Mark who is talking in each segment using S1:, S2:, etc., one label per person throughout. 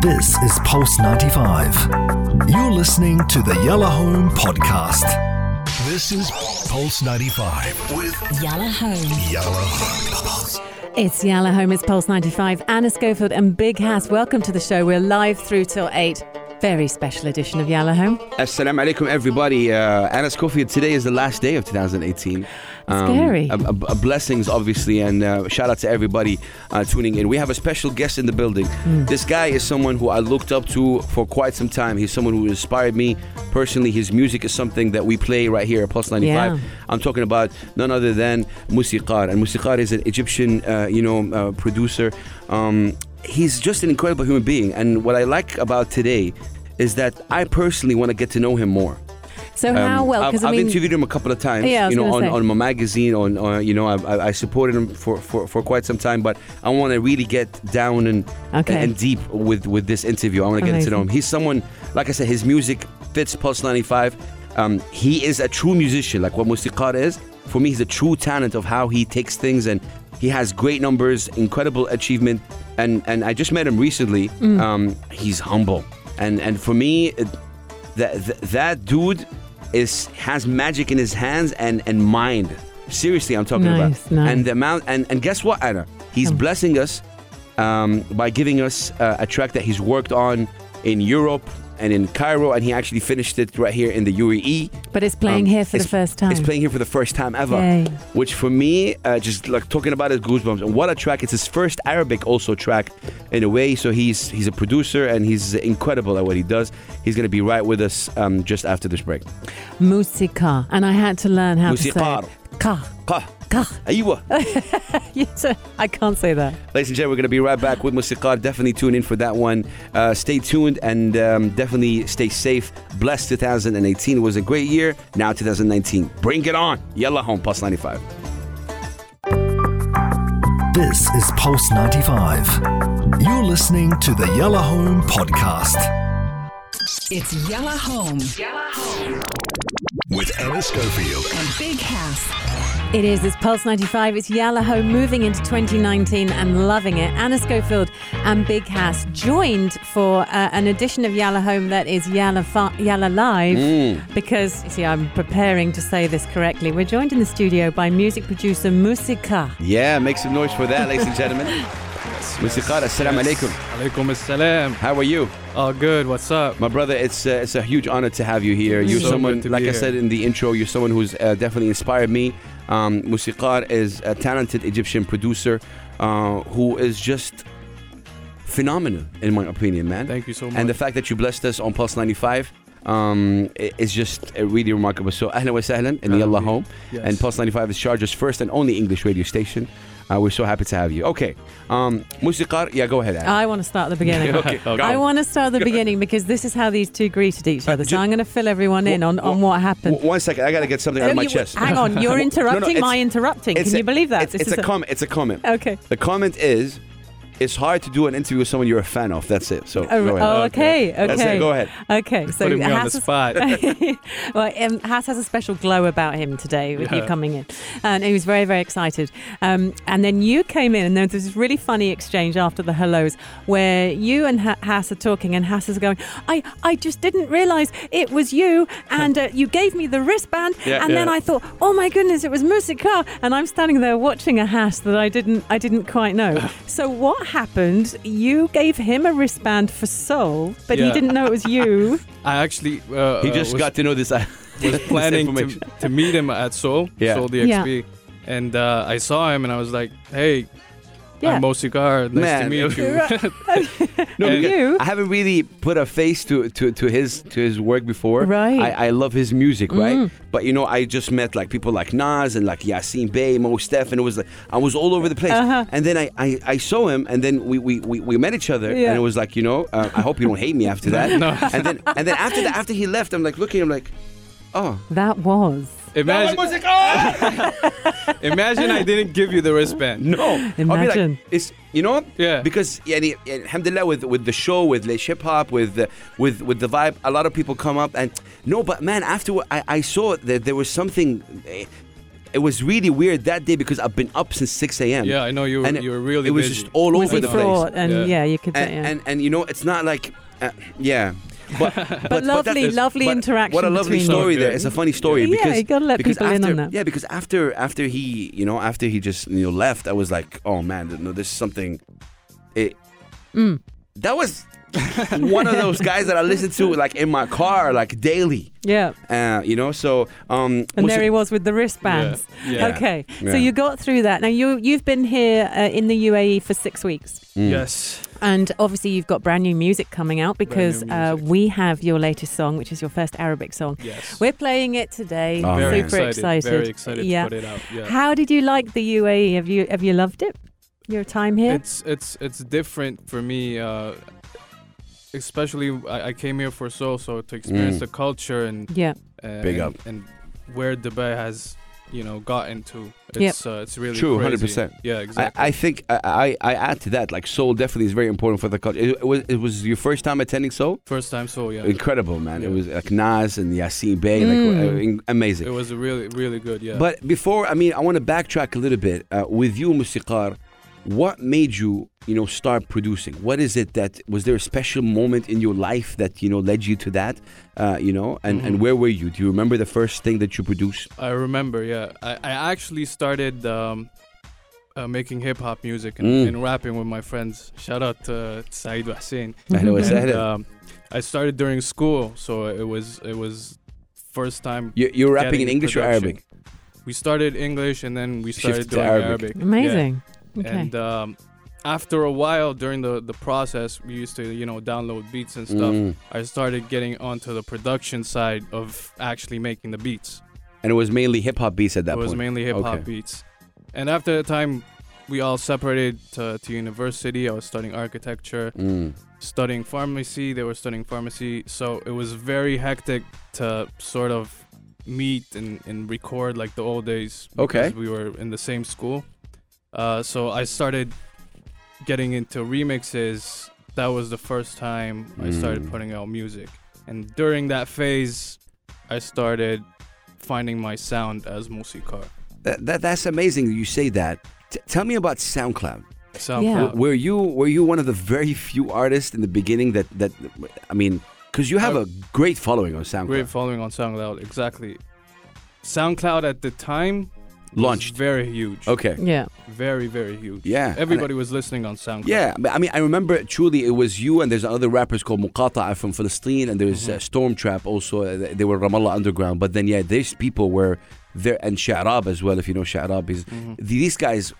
S1: This is Pulse 95. You're listening to the Yellow Home Podcast. This is Pulse 95 with
S2: Yellow Home.
S1: Yellow Home.
S3: It's Yala Home, it's Pulse 95. Anna Schofield and Big Hass, welcome to the show. We're live through till 8. Very special edition of Yala Home.
S4: Assalamu alaikum, everybody. Uh, Anna Schofield, today is the last day of 2018. Um,
S3: Scary.
S4: A, a- a uh, blessings, obviously, and uh, shout out to everybody uh, tuning in. We have a special guest in the building. This guy is someone who I looked up to for quite some time. He's someone who inspired me personally. His music is something that we play right here at Plus 95.
S3: Yeah.
S4: I'm talking about none other than Musiqar. And Musiqar is an Egyptian, uh, you know, uh, producer. Um, he's just an incredible human being. And what I like about today is that I personally want to get to know him more.
S3: So,
S4: Um,
S3: how Ah, well?
S4: I've,
S3: Because I
S4: I've
S3: mean,
S4: interviewed him a couple of times.
S3: Yeah, I was
S4: you know,
S3: gonna
S4: on,
S3: say.
S4: on my magazine. On, on you know, I, I, I supported him for, for, for quite some time. But I want to really get down and
S3: Okay.
S4: and deep with with this interview. I want to get to
S3: Amazing.
S4: know him. He's someone, like I said, his music fits Pulse ninety five. Um, he is a true musician, like what Musiqar is. For me, he's a true talent of how he takes things, and he has great numbers, incredible achievement. And and I just met him recently. Um, he's humble, and and for me, it, that that, that dude is has magic in his hands and and mind. Seriously, I'm talking
S3: Nice,
S4: about.
S3: nice.
S4: And the amount and and guess what, Anna? He's blessing us um, by giving us uh, a track that he's worked on in Europe and in Cairo, and he actually finished it right here in the UAE.
S3: but it's playing
S4: Um,
S3: here for the
S4: it's-
S3: first time.
S4: It's playing here for the first time ever,
S3: Yay.
S4: which for me, uh, just like talking about his goosebumps. And what a track! It's his first Arabic also track, in a way. So he's he's a producer and he's incredible at what he does. He's gonna be right with us um, just after this break.
S3: Musica. And I had to learn how to
S4: Musiqar.
S3: say it. Ka.
S4: Qah,
S3: Ka.
S4: aywa.
S3: Yes, I can't say that.
S4: Ladies and gentlemen, we're gonna be right back with Musiqar. Definitely tune in for that one. Uh, stay tuned and um, definitely stay safe. Blessed 2018 was a great year. Now 2019, bring it on. Yalla home plus 95.
S1: This is Pulse 95. You're listening to the Yellow Home Podcast
S2: It's Yellow Home
S1: with Anna Schofield.
S2: and Big House.
S3: It is. It's Pulse 95. It's Yala Home moving into 2019 and loving it. Anna Schofield and Big Hass joined for uh, an edition of Yala Home that is Yala, Fa- Yala Live
S4: Mm.
S3: because, you see, I'm preparing to say this correctly. We're joined in the studio by music producer Musika.
S4: Yeah, make some noise for that, ladies and gentlemen. Musiqar, assalamu alaikum.
S5: Alaikum assalam.
S4: How are you,
S5: Oh, good. What's up?
S4: my brother? It's uh, it's a huge honor to have you here. You're
S5: So good
S4: someone,
S5: to be
S4: like I
S5: here.
S4: said in the intro, you're someone who's uh, definitely inspired me. Um, Musiqar is a talented Egyptian producer uh, who is just phenomenal, in my opinion, man.
S5: Thank you so much.
S4: And the fact that you blessed us on Pulse 95 um, i- is just uh, really remarkable. So, ahlan wa sahlan in
S5: Ahlan
S4: Yalla
S5: bih.
S4: Home.
S5: Yes.
S4: And Pulse 95 is Sharjah's first and only English radio station. Uh, we're so happy to have you. Okay. Um, Musiqar, yeah, go ahead. Ahlan.
S3: I want to start at the beginning.
S4: Okay, go
S3: I
S4: on.
S3: want to start at the beginning because this is how these two greeted each other. So
S4: ju-
S3: I'm going to fill everyone in on, on what happened.
S4: W- one second, I gotta get something out of my
S3: Oh, you-
S4: chest.
S3: Hang on, you're interrupting
S4: it's-
S3: my interrupting. Can
S4: a-
S3: you believe that?
S4: It's,
S3: This
S4: it's
S3: is Oh.
S4: a comment. It's a comment.
S3: Okay.
S4: The comment is, it's hard to do an interview with someone you're a fan of. That's it. So
S3: Oh,
S4: go ahead.
S3: oh, okay, okay.
S4: That's it. Go ahead.
S3: Okay, so
S5: Putting me on the
S3: Hass-
S5: spot.
S3: well, um, Hass has a special glow about him today with you
S5: Yeah.
S3: coming in, and he was very, very excited. Um, and then you came in, and there was this really funny exchange after the hellos where you and ha- Hass are talking, and Hass is going, "I, I just didn't realise it was you, and uh, you gave me the wristband,
S4: Yeah,
S3: and then
S4: yeah.
S3: I thought, oh my goodness, it was Musica, and I'm standing there watching a Hass that I didn't, I didn't quite know. so what happened? You gave him a wristband for Soul, but he
S5: Yeah.
S3: didn't know it was you.
S5: I actually uh,
S4: He
S5: uh,
S4: just
S5: was,
S4: got to know this.
S5: was planning to,
S4: information.
S5: to meet him at Seoul,
S4: Yeah.
S5: Seoul
S3: Yeah.
S5: DXP, and uh, I saw him and I was like, "Hey,
S3: Yeah.
S5: I'm Mo Cigar. Nice
S4: Man.
S5: to meet you."
S4: No,
S5: And-
S4: because
S3: you.
S4: I haven't really put a face to, to, to his to his work before.
S3: Right. Mm.
S4: I, I love his music, right? But you know, I just met like people like Nas and like Yasin Bey, Mo Steph, and it was like I was all over the place.
S3: Uh-huh.
S4: And then I, I, I saw him, and then we we, we, we met each other,
S3: Yeah.
S4: and it was like you know, uh, I hope you don't hate me after that.
S5: No.
S4: And then and then after that, after he left, I'm like looking, I'm like, oh,
S3: That was
S5: Imagine, imagine I didn't give you the wristband.
S4: No, I'll be
S3: Imagine.
S4: like, it's you know,
S5: Yeah.
S4: Because yani, yani, alhamdulillah, with with the show, with the hip hop, with the with with the vibe, a lot of people come up and no, but man, after I, I saw that there was something. eh, it was really weird that day because I've been up since 6 a.m.
S5: Yeah, I know you.
S4: And
S5: were
S4: it-
S5: you were really.
S4: it was
S5: busy.
S4: just all
S3: Was
S4: over
S3: he
S4: the
S3: fraught?
S4: place.
S3: And yeah,
S5: Yeah.
S3: you could.
S4: And,
S3: yeah.
S4: and and you know, it's not like, uh, yeah. But, but, that
S3: lovely,
S4: is-
S3: lovely interaction
S4: What a lovely
S3: between
S4: story
S5: you.
S4: there. It's a funny story
S3: Yeah,
S4: because
S3: you gotta let
S4: because
S3: people in
S4: after,
S3: on that.
S4: Yeah, because after after he you know after he just you know left, I was like, oh man, no, this is something. It
S3: Mm.
S4: that was one of those guys that I listened to like in my car like daily.
S3: yeah.
S4: Uh, you know, so um,
S3: And
S4: was
S3: there he
S4: it-
S3: was with the wristbands.
S5: Yeah.
S3: Okay, so
S4: Yeah.
S3: you got through that. Now you you've been here uh, in the UAE for six weeks,
S4: Mm.
S5: Yes.
S3: and obviously you've got brand new music coming out because
S5: new
S3: uh,
S5: music.
S3: we have your latest song, which is your first Arabic song.
S5: Yes.
S3: We're playing it today.
S4: Oh,
S5: very
S4: man.
S3: Super
S5: excited. Very excited
S3: Yeah.
S5: to put it out. Yeah.
S3: How did you like the UAE? Have you have you loved it? Your time here?
S5: It's it's it's different for me. Uh, especially I, I came here for Seoul, so to experience
S4: Mm.
S5: the culture and
S3: yeah.
S5: uh,
S4: Big
S5: and,
S4: up.
S5: and where Dubai has you know gotten to.
S3: Yep.
S5: It's uh, it's really
S4: True,
S5: crazy.
S4: 100%.
S5: Yeah,
S4: I,
S5: exactly.
S4: I think I, I I add to that like soul definitely is very important for the culture. It, it was it was your first time attending soul.
S5: First time Seoul. Yeah.
S4: Incredible, man! It
S5: Yeah.
S4: was like Nas and Yasin Bey,
S3: Mm.
S4: like uh, in- amazing.
S5: It was really really good. Yeah.
S4: But before, I mean, I want to backtrack a little bit uh, with you, Musiqar. What made you, you know, start producing? What is it that was there a special moment in your life that you know led you to that? Uh, you know, and and
S5: Mhm.
S4: where were you? Do you remember the first thing that you produced?
S5: I remember, yeah. I, I actually started um, uh, making hip hop music and,
S4: Mm.
S5: and rapping with my friends. Shout out to Saeed Hussein.
S4: أهلا
S5: And,
S4: وسهلا.
S5: um, I started during school, so it was it was first time
S4: You, you're rapping in
S5: getting
S4: English or
S5: production.
S4: Arabic?
S5: we started English and then we started
S4: Shifted to
S5: doing
S4: Arabic.
S5: Arabic.
S3: Amazing.
S5: Yeah.
S3: Okay.
S5: And um, after a while during the the process, we used to you know download beats and stuff.
S4: Mm.
S5: I started getting onto the production side of actually making the beats.
S4: And it was mainly hip hop beats at that
S5: it was
S4: point.
S5: mainly hip hop
S4: Okay.
S5: beats. And after the time, we all separated to, to university. I was studying architecture,
S4: Mm.
S5: studying pharmacy. They were studying pharmacy. So it was very hectic to sort of meet and, and record like the old days.
S4: Okay.
S5: because We were in the same school. Uh, so I started getting into remixes. That was the first time I started
S4: Mm.
S5: putting out music. And during that phase, I started finding my sound as Musikar.
S4: That, that that's amazing. that You say that. T- tell me about SoundCloud.
S5: SoundCloud.
S4: Were you were you one of the very few artists in the beginning that that I mean, because you have
S5: I-
S4: a great following on SoundCloud.
S5: Uh, Great following on SoundCloud, exactly. SoundCloud at the time was
S4: Launched.
S5: very huge.
S4: Okay.
S3: yeah.
S5: Very, very huge.
S4: Yeah.
S5: Everybody was listening on SoundCloud.
S4: Yeah, but I mean, I remember truly it was you and there's other rappers called Muqata'a from Palestine and there's
S5: Mm-hmm.
S4: uh, Storm Trap also. uh, They were Ramallah Underground, but then yeah, these people were there and Sha'rab as well. If you know Sha'rab, is
S5: Mm-hmm.
S4: these guys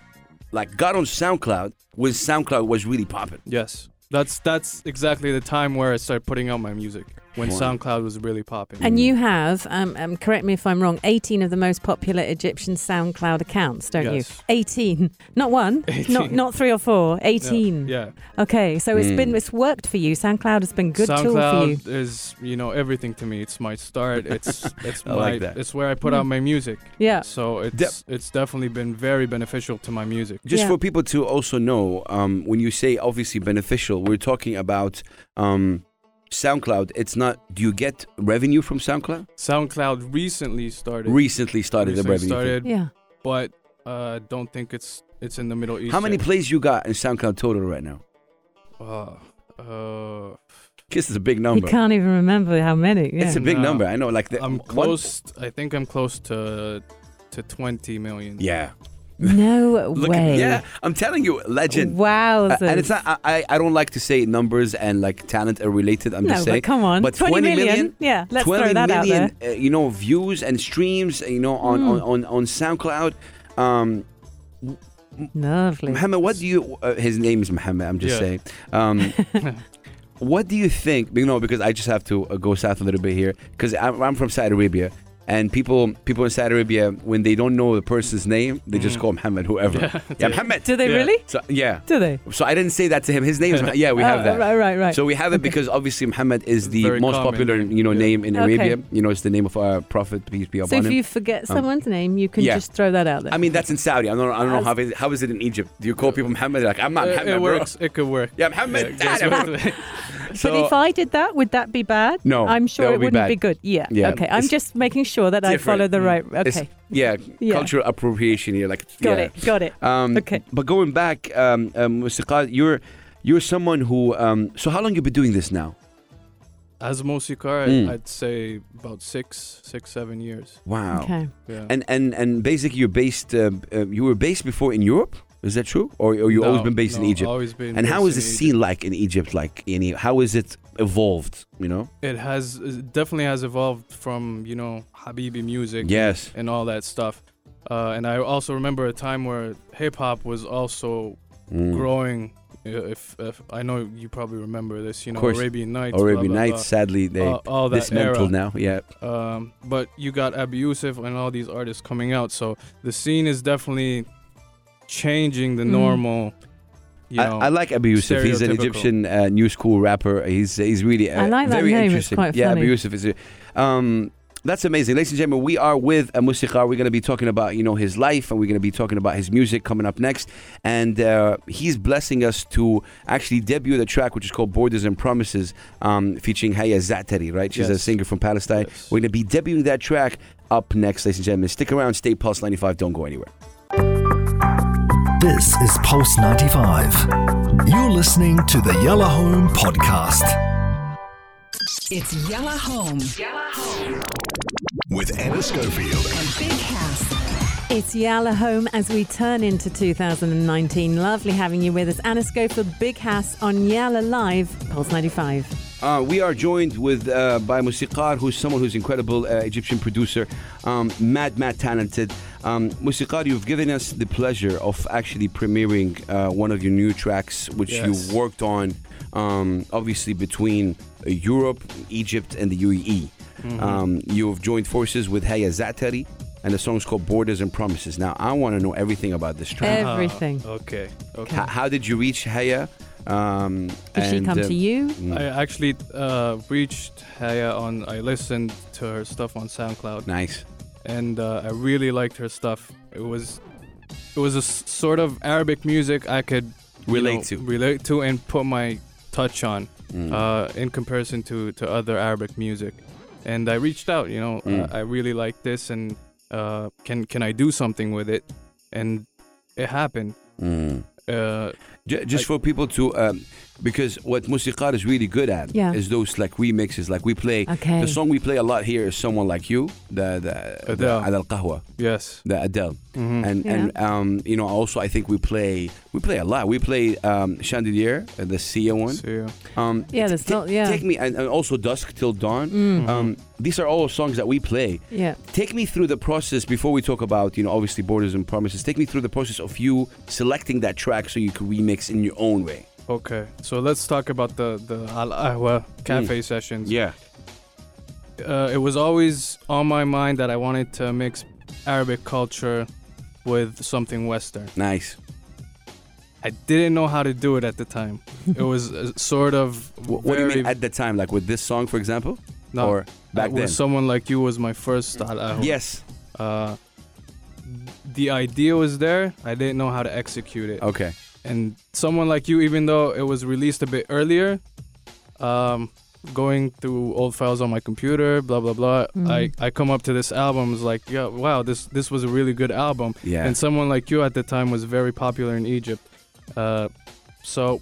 S4: like got on SoundCloud when SoundCloud was really popping.
S5: Yes. That's that's exactly the time where I started putting out my music when
S4: Wow.
S5: SoundCloud was really popping.
S4: Mm.
S3: And you have, um, um, correct me if I'm wrong, 18 of the most popular Egyptian SoundCloud accounts, don't
S5: Yes.
S3: you? 18, not one, not
S5: 18.
S3: not three or four,
S5: Yeah,
S3: 18.
S5: Yeah.
S3: Okay, so it's
S4: Mm.
S3: been it's worked for you. SoundCloud has been good tool for you.
S5: SoundCloud is you know everything to me. It's my start. It's it's
S4: I
S5: my
S4: like that.
S5: it's where I put out my music.
S3: Yeah.
S5: So it's it's definitely been very beneficial to my music.
S4: Just
S3: Yeah.
S4: for people to also know, um, when you say obviously beneficial, we're talking about um, SoundCloud. It's not. Do you get revenue from SoundCloud?
S5: SoundCloud recently started.
S4: Recently started the
S5: recently
S4: revenue. thing.
S5: started,
S3: Yeah.
S5: but uh, don't think it's it's in the Middle East.
S4: How many
S5: yet.
S4: plays you got in SoundCloud total right now?
S5: Uh, uh,
S4: Kiss is a big
S3: You
S4: number.
S3: can't even remember how many. Yeah.
S4: It's a big
S5: No.
S4: number. I know. Like the,
S5: I'm
S4: one-
S5: close. I think I'm close to to 20 million.
S4: yeah.
S3: no
S4: Look at-
S3: way.
S4: yeah. I'm telling you, legend.
S3: Wow.
S4: Uh, and it's not. I, I- I don't like to say numbers and like talent are related. I'm
S3: no,
S4: just saying.
S3: but come on.
S4: But
S3: 20
S4: 20 million,
S3: million. Yeah, let's throw
S4: 20
S3: that out there. Hmm.
S4: million, uh, you know, views and streams. uh, You know, on on, on on SoundCloud. Um,
S3: Lovely.
S4: Muhammad, what do you? Uh, his name is Muhammad. I'm just
S5: Yeah.
S4: saying. Um, what do you think? You know, because I just have to uh, go south a little bit here, because I'm, I'm from Saudi Arabia, and people people in Saudi Arabia, when they don't know the person's name, they
S3: Mm.
S4: just call Muhammad, whoever. Yeah, Muhammad.
S3: Do they
S5: Yeah.
S3: really?
S4: So yeah.
S3: Do they?
S4: So I didn't say that to him. His name is Muhammad. Yeah, we have
S3: Oh,
S4: that.
S3: Right, right, right.
S4: So we have it because obviously Muhammad is the
S5: Very
S4: most
S5: common
S4: popular,
S5: name.
S4: you know,
S5: Yeah.
S4: name in
S3: Okay.
S4: Arabia. You know, it's the name of our prophet, peace be
S3: So
S4: upon
S3: if
S4: him.
S3: you forget someone's name, you can
S4: um, yeah.
S3: just throw that out there.
S4: I mean, that's in Saudi. I don't, I don't know how is,
S3: Uh,
S4: how is it in Egypt. Do you call people Muhammad? Like I'm not
S5: It,
S4: Muhammad.
S5: it
S4: bro.
S5: works. It could work.
S4: Yeah, Muhammad.
S5: Yeah,
S4: Dad,
S5: exactly.
S3: but
S4: So-
S3: if I did that, would that be bad?
S4: No,
S3: I'm
S4: that
S3: sure
S4: would
S3: it
S4: be
S3: wouldn't
S4: bad.
S3: be good. Yeah.
S4: Yeah,
S3: Okay. I'm
S4: it's
S3: just making sure that I
S4: different. Mm.
S3: follow the right.
S4: It's-
S3: Okay.
S4: yeah,
S3: Yeah.
S4: cultural appropriation here. Like,
S3: Got
S4: yeah.
S3: it. Got it.
S4: Um,
S3: Okay.
S4: But going back, um, um, Mr. Qad, you're you're someone who. Um, so how long you been doing this now?
S5: As Mosikar,
S4: Mm.
S5: I'd say about six, six, seven years.
S4: Wow.
S3: Okay.
S5: Yeah.
S4: And and and basically, you're based. Uh, uh, you were based before in Europe. Is that true, or, or you have always
S5: No,
S4: been based in
S5: no,
S4: Egypt?
S5: Always been.
S4: and how
S5: based
S4: is the
S5: in
S4: scene like in Egypt? Like, any how is it evolved? You know.
S5: Egypt. It has it definitely has evolved from you know Habibi music
S4: Yes.
S5: and all that stuff. Uh, and I also remember a time where hip hop was also
S4: Mm.
S5: growing. uh, If, if I know you probably remember this, you know
S4: course.
S5: Arabian Nights. blah,
S4: Arabian
S5: blah, blah.
S4: Nights. Sadly, they
S5: Uh, all that era.
S4: dismantled now. Yeah.
S5: Um, but you got Abi Yusuf and all these artists coming out, so the scene is definitely changing the
S3: Mm.
S5: normal. You know,
S4: I, I like Abu Yusuf. He's an
S5: stereotypical.
S4: Egyptian uh, new school rapper. He's he's really uh,
S3: I like that
S4: very
S3: name. It's
S4: interesting.
S3: quite
S4: yeah,
S3: funny.
S4: Abu Yusuf is. a- Um, that's amazing, ladies and gentlemen. We are with Musiqar. We're going to be talking about you know his life, and we're going to be talking about his music coming up next. And uh, he's blessing us to actually debut the track, which is called "Borders and Promises," um, featuring Haya Zatari. Right, she's a
S5: Yes.
S4: singer from Palestine.
S5: Yes.
S4: We're going to be debuting that track up next, ladies and gentlemen. Stick around, stay Pulse ninety five. Don't go anywhere.
S1: This is Pulse 95. You're listening to the Yellow Home Podcast
S2: It's Yellow Home.
S1: with Anna Schofield.
S2: And Big House.
S3: It's Yala Home as we turn into 2019. Lovely having you with us. Anna Schofield, Big House on Yala Live, Pulse 95.
S4: Uh, we are joined with uh, by Musiqar, who's someone who's incredible uh, Egyptian producer, um, mad, mad talented. Um, Musiqar, you've given us the pleasure of actually premiering uh, one of your new tracks, which
S5: Yes.
S4: you worked on, um, obviously between uh, Europe, Egypt, and the UAE.
S5: Mm-hmm.
S3: Mm-hmm.
S4: Um, you have joined forces with Haya Zatari, and the song's called "Borders and Promises." Now, I want to know everything about this track.
S5: Ah,
S3: Everything.
S5: okay. Okay.
S4: H- how did you reach Haya? Um,
S3: Did she
S4: and,
S3: come
S4: um,
S3: to you? Oh,
S5: I actually uh, reached Haya on. I listened to her stuff on SoundCloud,
S4: Nice.
S5: and uh, I really liked her stuff. It was, it was a s- sort of Arabic music I could you
S4: Relate
S5: know,
S4: to.
S5: relate to, and put my touch on,
S4: Mm.
S5: uh, in comparison to to other Arabic music. And I reached out. You know,
S4: Mm.
S5: uh, I really like this, and uh, can can I do something with it? And it happened.
S4: Mm.
S5: Uh,
S4: J- just
S5: Like-
S4: for people to, um, because what Musiqar is really good at
S3: Yeah.
S4: is those like remixes. Like we play,
S3: Okay.
S4: the song we play a lot here is Someone Like You, the, the, the
S5: Adele.
S4: Adele Qahwa,
S5: yes.
S4: the Adele.
S5: Mhm.
S4: And, and um, you know, also I think we play, we play a lot. We play um, Chandelier, uh, the Sia one.
S5: So, yeah.
S4: Um,
S3: Yeah, there's
S4: Ta-
S3: not. Yeah.
S4: Take me, and, and also Dusk Till Dawn.
S3: Mm.
S4: Um, these are all songs that we play.
S3: yeah.
S4: Take me through the process before we talk about, you know, obviously Borders and Promises. Take me through the process of you selecting that track so you could remix in your own way.
S5: Okay, so let's talk about the the Al Ahwa cafe sessions.
S4: Mm. Yeah.
S5: Uh, it was always on my mind that I wanted to mix Arabic culture with something Western.
S4: Nice.
S5: I didn't know how to do it at the time. it was uh, sort of
S4: Wh- What do you mean
S5: very-
S4: at the time? Like with this song, for example,
S5: no,
S4: or back
S5: uh,
S4: then?
S5: Someone like you was my first Al Ahwa.
S4: yes.
S5: Uh, the idea was there. I didn't know how to execute it.
S4: Okay.
S5: and someone like you, even though it was released a bit earlier, um, going through old files on my computer, blah blah blah, I, I come up to this album is like, yeah, wow, this this was a really good album.
S4: Yeah.
S5: And someone like you at the time was very popular in Egypt, uh, so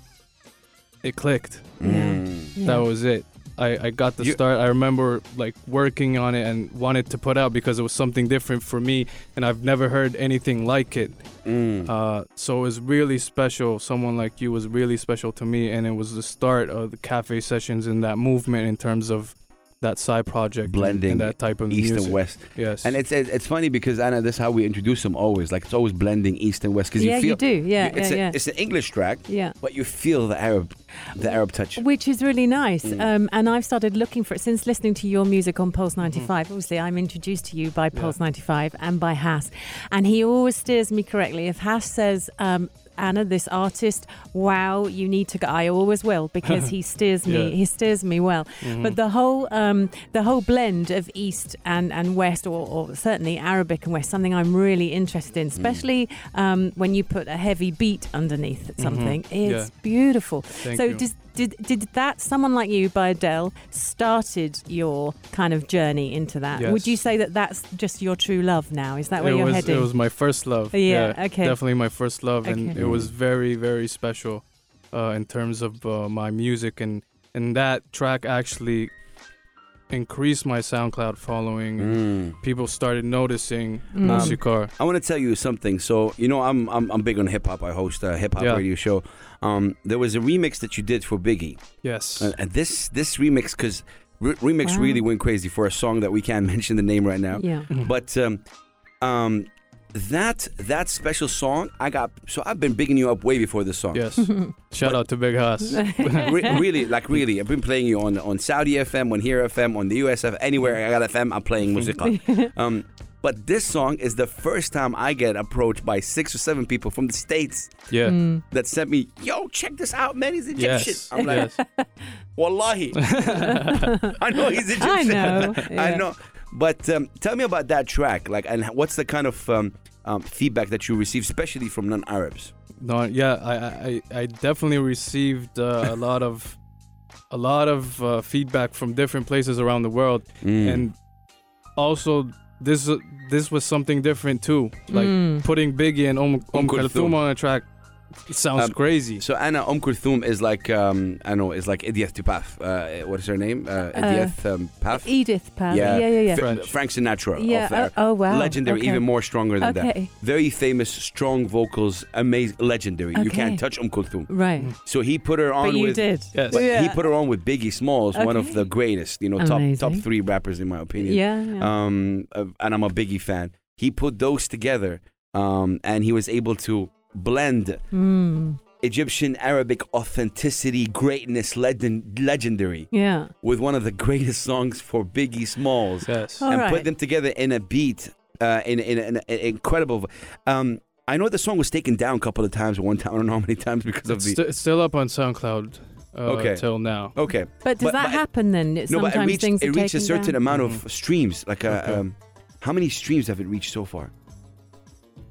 S5: it clicked.
S4: Mm.
S5: That was it. I, I got the
S4: You-
S5: start. I remember like working on it and wanted to put out because it was something different for me, and I've never heard anything like it.
S4: Mm.
S5: Uh, so it was really special. Someone like you was really special to me, and it was the start of the cafe sessions and that movement in terms of that side project and-
S4: Blending
S5: and that type of
S4: East
S5: music.
S4: and West,
S5: Yes,
S4: and it's it's funny because Anna, this is how we introduce them always. Like it's always blending East and West because
S3: Yeah,
S4: you feel
S3: you do. Yeah,
S4: you- it's
S3: yeah,
S4: a,
S3: yeah.
S4: it's an English track,
S3: Yeah.
S4: but you feel the Arab, the Arab touch.
S3: Which is really nice.
S5: Mm.
S3: Um, and I've started looking for it since listening to your music on
S5: Mm-hmm.
S3: Pulse 95. Obviously, I'm introduced to you by Pulse 95 and by Hass. And he always steers me correctly. If Hass says um, Anna, this artist, wow, you need to go. I always will because he steers me.
S5: Yeah. Mm.
S3: He steers me well. But the whole um, the whole blend of East and and West, or, or certainly Arabic and West, something I'm really interested
S5: Mm.
S3: in, especially um, when you put a heavy beat underneath something. It's
S5: Mm-hmm. Yeah.
S3: beautiful.
S5: Mm-hmm. Thank
S3: so
S5: you.
S3: does did, did that someone like you by Adele started your kind of journey into that?
S5: Yes.
S3: Would you say that that's just your true love now? Is that where
S5: it
S3: you're
S5: was
S3: headed?
S5: it was my first love.
S3: Yeah, okay.
S5: Definitely my first love, and
S3: Okay.
S5: it was very very special uh, in terms of uh, my music, and and that track actually increased my SoundCloud following.
S4: Mm.
S5: People started noticing
S3: Mm.
S5: Musikar.
S4: I want to tell you something. So you know, I'm I'm, I'm big on hip hop. I host a hip hop
S5: Yeah.
S4: radio show. Um, there was a remix that you did for Biggie,
S5: Yes.
S4: and, and this this remix because re- remix
S3: Wow.
S4: really went crazy for a song that we can't mention the name right now.
S3: yeah.
S4: But um, um, that that special song, I got. So I've been bigging you up way before this song.
S5: Yes. Shout out to Big Hoss.
S4: Re- really, like really, I've been playing you on on Saudi FM, on Here FM, on the USF, anywhere I got FM, I'm playing musica. um, but this song is the first time I get approached by six or seven people from the states
S5: Yeah.
S3: Mm.
S4: that sent me, "Yo, check this out, man, he's Egyptian."
S5: Yes.
S4: I'm like,
S5: yes.
S4: "Wallahi, I know he's
S3: I
S4: Egyptian."
S3: know.
S4: I
S3: yeah.
S4: know. But um, tell me about that track, like, and what's the kind of um, um, feedback that you receive, especially from non-Arabs?
S5: No, yeah, I, I, I- I definitely received uh, a lot of, a lot of uh, feedback from different places around the world,
S4: Mm.
S5: and also this this was something different too. Like
S3: Mm.
S5: putting Biggie and Om, Om
S4: Kulthum.
S5: Kulthum on a track it sounds
S4: Um,
S5: crazy.
S4: So Anna Um Kulthum is like um, I know is like Edith Tupaf. Uh, what is her name? Uh, Edith um, Paf.
S3: Edith Pam.
S4: Yeah.
S3: Yeah, yeah, yeah.
S4: F-
S5: French.
S4: Frank Sinatra.
S3: Yeah,
S4: Of there.
S3: oh- oh, wow.
S4: Legendary,
S3: Okay.
S4: even more stronger than
S3: Okay.
S4: that. Very famous, strong vocals, amazing, legendary. You
S3: Okay.
S4: can't touch Um Kulthum.
S3: Right.
S4: So he put her on
S3: But you
S4: with.
S3: did.
S5: Mm. Yes.
S4: But
S3: Yeah.
S4: he put her on with Biggie Smalls, one of
S3: Okay.
S4: the greatest, you know, top top
S3: Amazing.
S4: three rappers in my opinion.
S3: Yeah. yeah.
S4: um, uh, and I'm a Biggie fan. He put those together, um, and he was able to blend
S3: Mm.
S4: Egyptian Arabic authenticity, greatness, legend, legendary,
S3: Yeah.
S4: with one of the greatest songs for Biggie Smalls,
S5: yes.
S3: Oh.
S4: and
S3: Alright.
S4: put them together in a beat, uh, in, in, in, in incredible. Um, I know the song was taken down a couple of times, one time I don't know how many times because of
S5: It's,
S4: the.
S5: st- it's still up on SoundCloud. Uh,
S4: Okay.
S5: Till now.
S4: okay,
S3: But does
S4: But-
S3: that
S4: but-
S3: happen then? It's
S4: no, but it
S3: sometimes
S4: reached
S3: things
S4: it
S3: are
S4: reached a
S3: taken
S4: certain
S3: down? Mm-hmm.
S4: amount of streams, like a.
S5: Okay.
S4: Um, how many streams have it reached so far?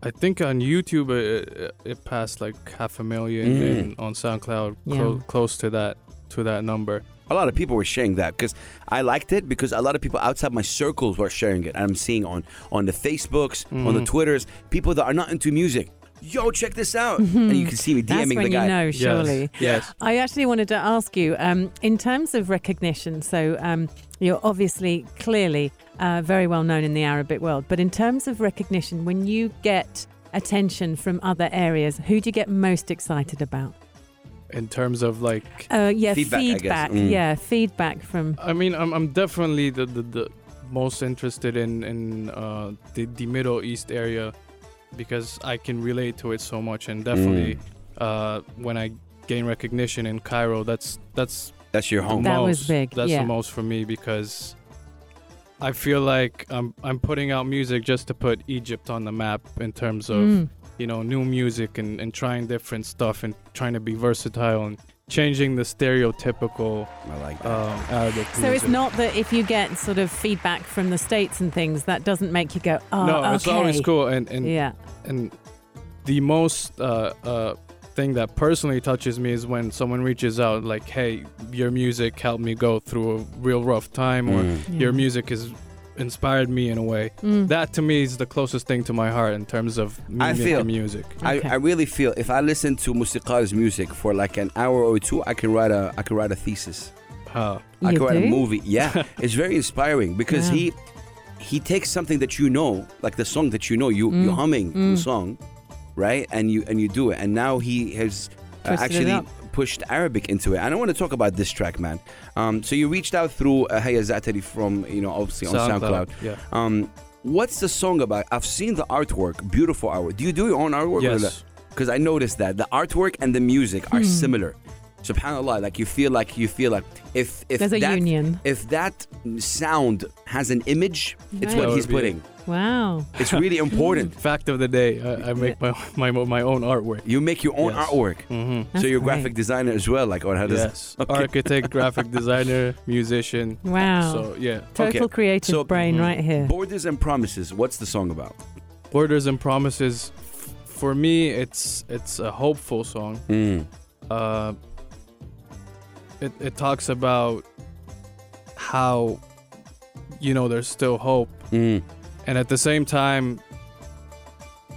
S5: I think on YouTube it, it passed like half a million,
S4: Mm.
S5: and on SoundCloud
S3: Yeah.
S5: clo- close to that to that number.
S4: A lot of people were sharing that because I liked it because a lot of people outside my circles were sharing it. I'm seeing on on the Facebooks, on
S3: Mm.
S4: the Twitters, people that are not into music. Yo, check this out! And you can see me
S3: That's
S4: DMing
S3: when
S4: the guy.
S3: you know, surely.
S5: Yes.
S3: I actually wanted to ask you, um, in terms of recognition, so um, you're obviously clearly uh, very well known in the Arabic world, but in terms of recognition, when you get attention from other areas, who do you get most excited about?
S5: In terms of like
S3: Uh, yeah,
S4: Feedback, I guess.
S3: feedback
S4: Mm.
S3: yeah, feedback from.
S5: I mean, I'm, I'm definitely the, the, the most interested in in uh, the, the Middle East area because I can relate to it so much, and definitely
S4: Mm.
S5: uh, when I gain recognition in Cairo, that's that's
S4: That's your
S5: the
S4: home.
S3: That
S5: most.
S3: was big,
S5: That's
S3: yeah.
S5: the most for me because I feel like I'm I'm putting out music just to put Egypt on the map in terms of
S3: Mm.
S5: you know new music and, and trying different stuff and trying to be versatile and changing the stereotypical
S4: I like that.
S5: um, Arabic
S3: So it's
S4: Mm.
S5: music.
S3: not that if you get sort of feedback from the states and things, that doesn't make you go, oh,
S5: no,
S3: okay.
S5: it's always cool. And and
S3: Yeah.
S5: and the most uh, uh, thing that personally touches me is when someone reaches out like, "Hey, your music helped me go through a real rough time," or
S4: Mm.
S5: "Your music is." Inspired me in a way.
S3: Mm.
S5: That to me is the closest thing to my heart in terms of
S4: I
S5: music
S4: feel-
S5: and music.
S3: Okay.
S4: I, I really feel if I listen to Musiqar's music for like an hour or two, I can write a I can write a thesis.
S5: Huh.
S4: I
S3: You
S4: can write
S3: do?
S4: a movie. Yeah, it's very inspiring because
S3: Yeah.
S4: he he takes something that you know, like the song that you know, you you're
S3: Mm.
S4: humming the song, right? And you and you do it. And now he has uh,
S3: Twisted it
S4: actually
S3: up.
S4: pushed Arabic into it. And I want to talk about this track, man. Um, so you reached out through uh, Haya Zatari from you know obviously on SoundCloud.
S5: SoundCloud, yeah.
S4: Um, what's the song about? I've seen the artwork, beautiful artwork. Do you do your own artwork?
S5: Yes.
S4: Because I noticed that the artwork and the music
S3: Hmm.
S4: are similar. Subhanallah, like you feel like you feel like if if
S3: There's a
S4: that,
S3: union.
S4: if that sound has an image, it's what
S5: Right.
S4: he's putting.
S3: Wow.
S4: It's really important.
S5: Fact of the day: I, I make my, my my own artwork.
S4: You make your own
S5: Yes.
S4: artwork.
S5: hmm
S3: That's
S4: so you're a
S3: great.
S4: graphic designer as well, like or how does
S5: Yes,
S4: Okay.
S5: architect, graphic designer, musician.
S3: Wow.
S5: So yeah,
S3: Total
S4: okay.
S3: creative
S4: So- mm-hmm.
S3: brain
S5: Mhm.
S3: right here.
S4: Borders and Promises, what's the song about?
S5: borders and promises. f- For me, it's it's a hopeful song.
S4: Mm.
S5: Uh, it it talks about how you know there's still hope,
S4: Mm.
S5: and at the same time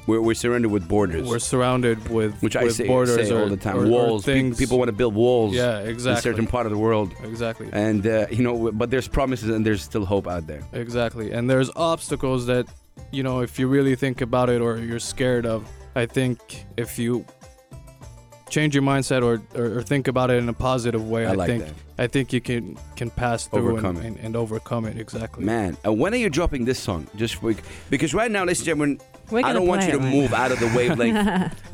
S4: We're, we're surrounded with borders.
S5: we're surrounded with
S4: which
S5: with
S4: I say,
S5: borders
S4: say
S5: or,
S4: all the time.
S5: or- or
S4: walls. Pe-
S5: things.
S4: people want to build walls
S5: yeah,
S4: in
S5: exactly,
S4: a certain part of the world.
S5: exactly.
S4: And, uh, you know, w- but there's promises and there's still hope out there.
S5: Exactly. And there's obstacles that, you know, if you really think about it or you're scared of, I think if you change your mindset or, or, or think about it in a positive way,
S4: I
S5: I,
S4: like
S5: think
S4: that.
S5: I think you can can pass through
S4: Overcome
S5: and,
S4: it.
S5: and, and overcome it. Exactly.
S4: Man, uh, when are you dropping this song? Just for, Because right now, ladies and gentlemen,
S3: We're gonna
S4: I don't want
S3: play
S4: you
S3: it
S4: to
S3: right
S4: move out of the wavelength.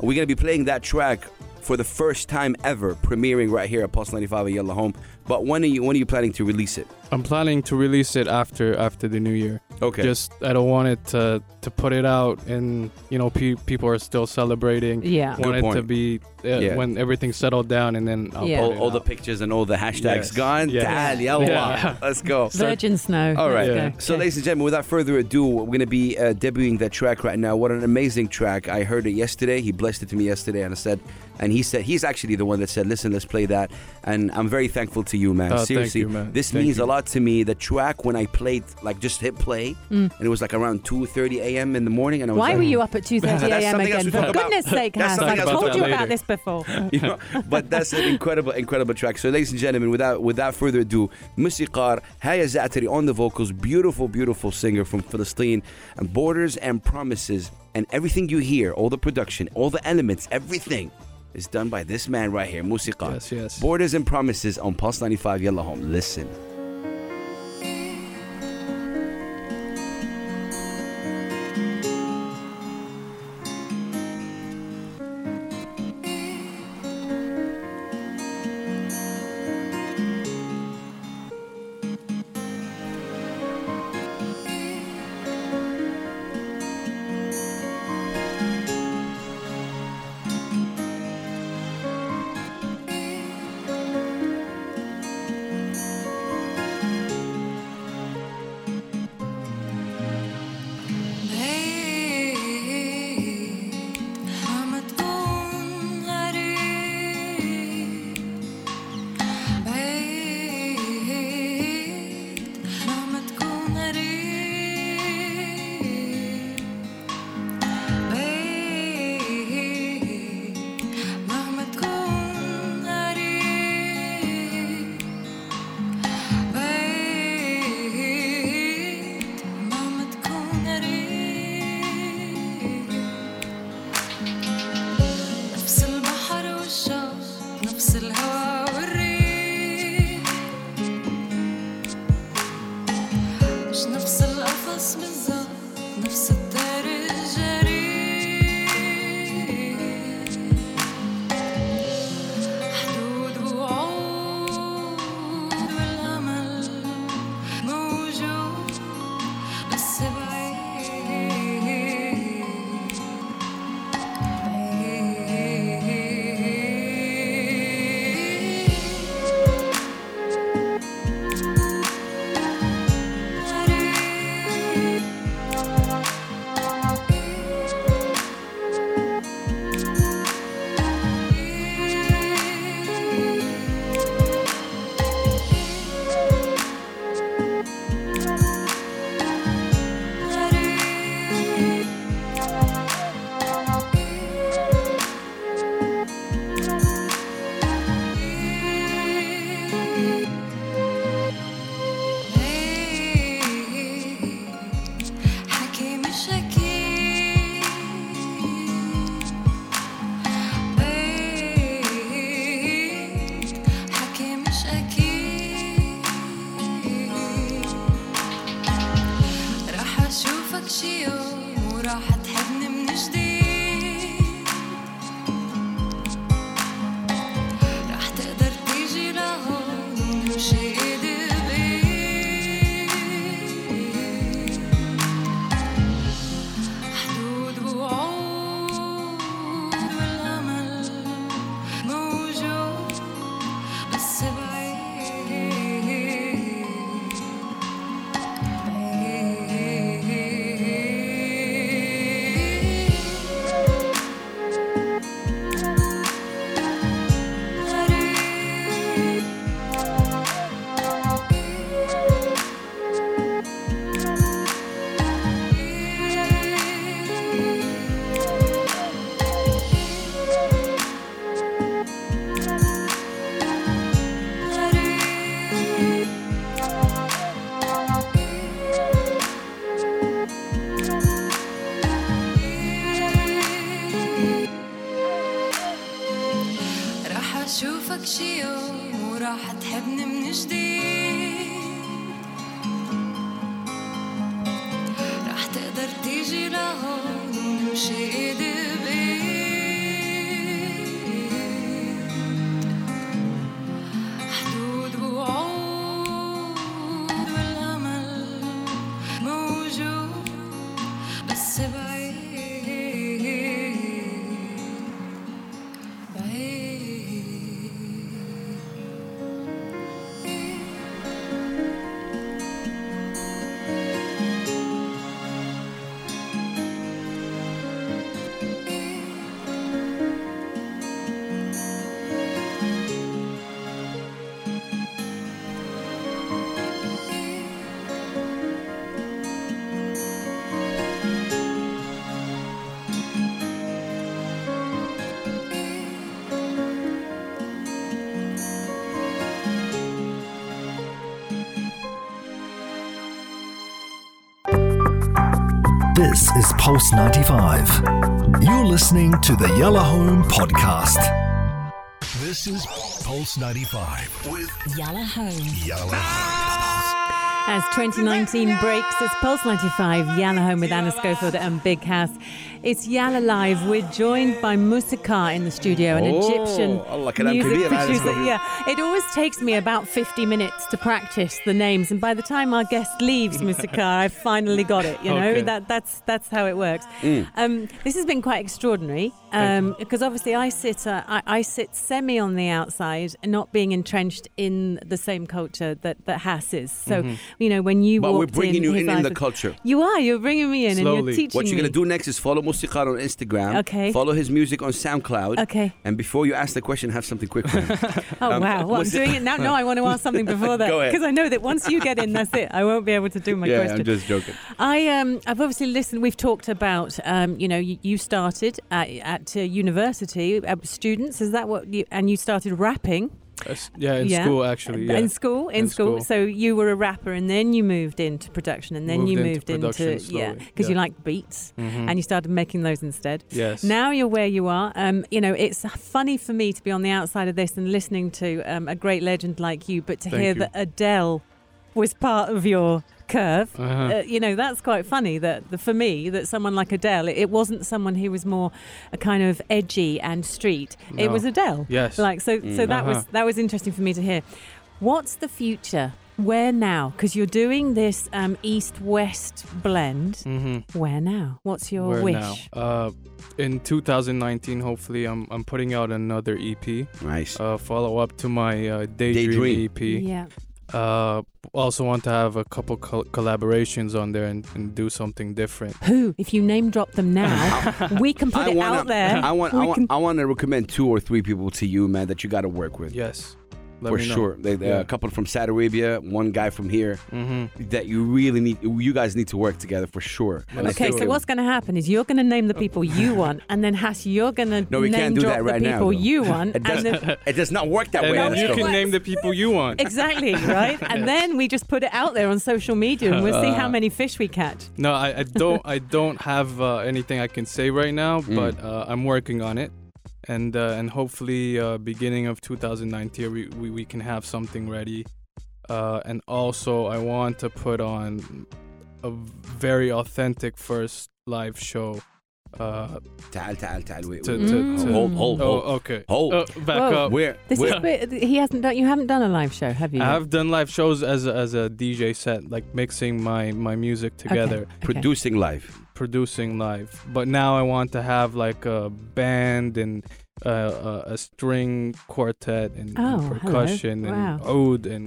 S4: We're going to be playing that track for the first time ever, premiering right here at Pulse 95 at Yellow Home. But when are you when are you planning to release it?
S5: I'm planning to release it after after the new year.
S4: Okay.
S5: Just I don't want it to to put it out and you know pe- people are still celebrating.
S3: Yeah.
S4: Good
S5: want it to
S4: point.
S5: be uh,
S4: Yeah.
S5: when everything settled down and then I'll
S3: Yeah.
S5: put
S4: all,
S5: it
S4: all the
S5: out.
S4: pictures and all the hashtags
S5: Yes.
S4: gone.
S5: Yes.
S4: Dal, yalla.
S5: Yeah.
S4: Let's go.
S3: Virgin Snow.
S4: All right.
S5: Yeah.
S4: So,
S3: they
S4: ladies and gentlemen, without further ado, we're going to be uh, debuting that track right now. What an amazing track! I heard it yesterday. He blessed it to me yesterday, and I said, and he said, he's actually the one that said, "Listen, let's play that." And I'm very thankful to you, man.
S5: Oh, thank
S4: Seriously,
S5: you, man.
S4: this
S5: Thank
S4: means
S5: you.
S4: a lot to me. The track when I played, like, just hit play, and it was like around 2:30 a.m. in the morning, and I was
S3: Mm. Why
S4: like,
S3: were you up at 2.30
S4: That's
S3: a.m.
S4: something else
S3: again?
S4: we
S3: For
S4: talk about.
S3: goodness sake,
S4: That's
S3: Hass, I've
S4: something
S5: else we
S3: told
S5: talk
S3: you
S5: about
S3: about
S5: later.
S3: this before.
S4: you know, but that's an incredible, incredible track. So, ladies and gentlemen, without without further ado, Musiqar Haya Zatari on the vocals, beautiful, beautiful singer from Palestine, and Borders and Promises, and everything you hear, all the production, all the elements, everything is done by this man right here, Musiqar.
S5: Yes, yes.
S4: Borders and Promises on Pulse 95 Yellow Home. Listen.
S6: عم تكون غريب بعيد عم تكون غريب بعيد مهما تكون غريب بعيد مهما تكون قريب نفس البحر والشط نفس الهوا والريح مش نفس القفص بالظبط نفس الدار الجريح حدود وعود والأمل موجود بس بعيد حكي مش أكيد حكي مش أكيد راح أشوفك شي يوم وراح تحبني من جديد راح تقدر تيجي لهون ونمشي ايد بايد بس بعيد بعيد راح اشوفك شي يوم وراح تحبني من جديد راح تقدر تيجي لهون ونمشي ايد بايد حدود وعود والامل موجود بس بعيد بعيد
S1: This is Pulse 95. You're listening to the Yellow Home Podcast. This is Pulse 95 with
S2: Yalla Home.
S1: Yellow.
S3: As 2019 breaks, it's Pulse 95, Yalla Home with Anna Schofield and Big Cass. It's Yalla Live. We're joined by Musikar in the studio, an
S4: Oh,
S3: Egyptian
S4: Allah kelam
S3: music
S4: kabir, Anna
S3: producer.
S4: Schofield.
S3: Yeah, it always takes me about 50 minutes to practice the names, and by the time our guest leaves, Musikar, I've finally got it. You know
S5: Okay.
S3: that that's that's how it works.
S4: Mm.
S3: Um, this has been quite extraordinary um, because obviously I sit uh, I, I sit semi on the outside, not being entrenched in the same culture that that Hass is. So you know when you
S4: Mm-hmm. But we're
S3: walked
S4: bringing you
S3: his
S4: in in
S3: eyes
S4: the
S3: were-
S4: culture.
S3: You are. You're bringing me in, and you're
S5: Slowly.
S3: teaching
S4: What you're
S3: me.
S4: gonna do next is follow Mustiqar on Instagram.
S3: Okay.
S4: Follow his music on SoundCloud.
S3: Okay.
S4: And before you ask the question, have something quick for him.
S3: Oh
S4: um,
S3: wow! Well, I'm
S4: was it-
S3: doing it now. No, I want to ask something before that
S4: Go ahead.
S3: because I know that once you get in, that's it. I won't be able to do my
S4: yeah,
S3: question.
S4: I'm just joking.
S3: I um, I've obviously listened. We've talked about um, you know, you, you started at, at uh, university uh, students. Is that what you and you started rapping?
S5: That's- Uh, yeah, in
S3: Yeah.
S5: school actually. Yeah.
S3: In school, in,
S5: In
S3: school.
S5: school.
S3: So you were a rapper, and then you moved into production, and then
S5: Moved
S3: you
S5: into
S3: moved into,
S5: production
S3: yeah,
S5: slowly,
S3: because you
S5: yeah.
S3: like beats,
S5: Mhm.
S3: and you started making those instead.
S5: yes.
S3: Now you're where you are. Um, you know, it's funny for me to be on the outside of this and listening to um, a great legend like you, but to
S5: Thank
S3: hear
S5: you.
S3: that Adele was part of your curve.
S5: Uh-huh.
S3: Uh, you know, that's quite funny that that for me, that someone like Adele, it, it wasn't someone who was more a kind of edgy and street. It
S5: No.
S3: was Adele.
S5: Yes.
S3: Like so, so
S4: Mm.
S3: that was
S5: Uh-huh.
S3: that was interesting for me to hear. What's the future? Where now? Because you're doing this um, east-west blend.
S5: hmm
S3: Where now? What's your
S5: Where
S3: wish?
S5: now? Uh, in 2019, hopefully, I'm I'm putting out another EP,
S4: Nice.
S5: uh, follow up to my uh, Daydream,
S4: Daydream.
S5: EP.
S3: Yeah.
S5: Uh, also want to have a couple col- collaborations on there and, and do something different.
S3: Who? If you name drop them now, we can put
S4: I
S3: it
S4: wanna,
S3: out there.
S4: I want,
S3: We
S4: I want,
S3: can-
S4: I want to recommend two or three people to you, man, that you got to work with.
S5: Yes, let
S4: For
S5: me know.
S4: sure, they, they-
S5: Yeah.
S4: a couple from Saudi Arabia, one guy from here,
S5: hmm
S4: that you really need. You guys need to work together for sure. And I
S3: Okay,
S4: think-
S3: so what's going to happen is you're going to name the people you want, and then Hash, you're going to
S4: No, we
S3: name
S4: can't do
S3: drop
S4: that right
S3: the
S4: now,
S3: people
S4: though.
S3: you want,
S4: It
S3: and then,
S4: It does not work that
S5: And
S4: way.
S5: then
S4: Alex
S5: you
S4: Go.
S5: can name the people you want.
S3: exactly right, and then we just put it out there on social media, and we'll see how many fish we catch.
S5: No, I, I don't. I don't have uh, anything I can say right now,
S3: Hmm.
S4: Mm.
S5: but uh, I'm working on it, and uh, and hopefully uh, beginning of 2019 we, we, we can have something ready. Uh, and also, I want to put on a very authentic first live show. Uh,
S4: تعال تعال تعال wait,
S5: To-
S4: wait,
S5: to-
S4: wait.
S5: to-
S4: hold hold
S5: oh,
S4: hold
S5: okay.
S4: hold.
S5: Uh, back
S3: Whoa.
S5: up.
S4: Where
S3: Mm. This
S4: where
S3: is bit- he hasn't done. You haven't done a live show, have you?
S5: I've done live shows as a, as a DJ set, like mixing my my music together.
S3: Okay.
S4: producing live?
S5: producing live but now i want to have like a band and uh, uh, a string quartet and,
S3: Oh,
S5: and
S3: hello.
S5: percussion
S3: Wow.
S5: and ode and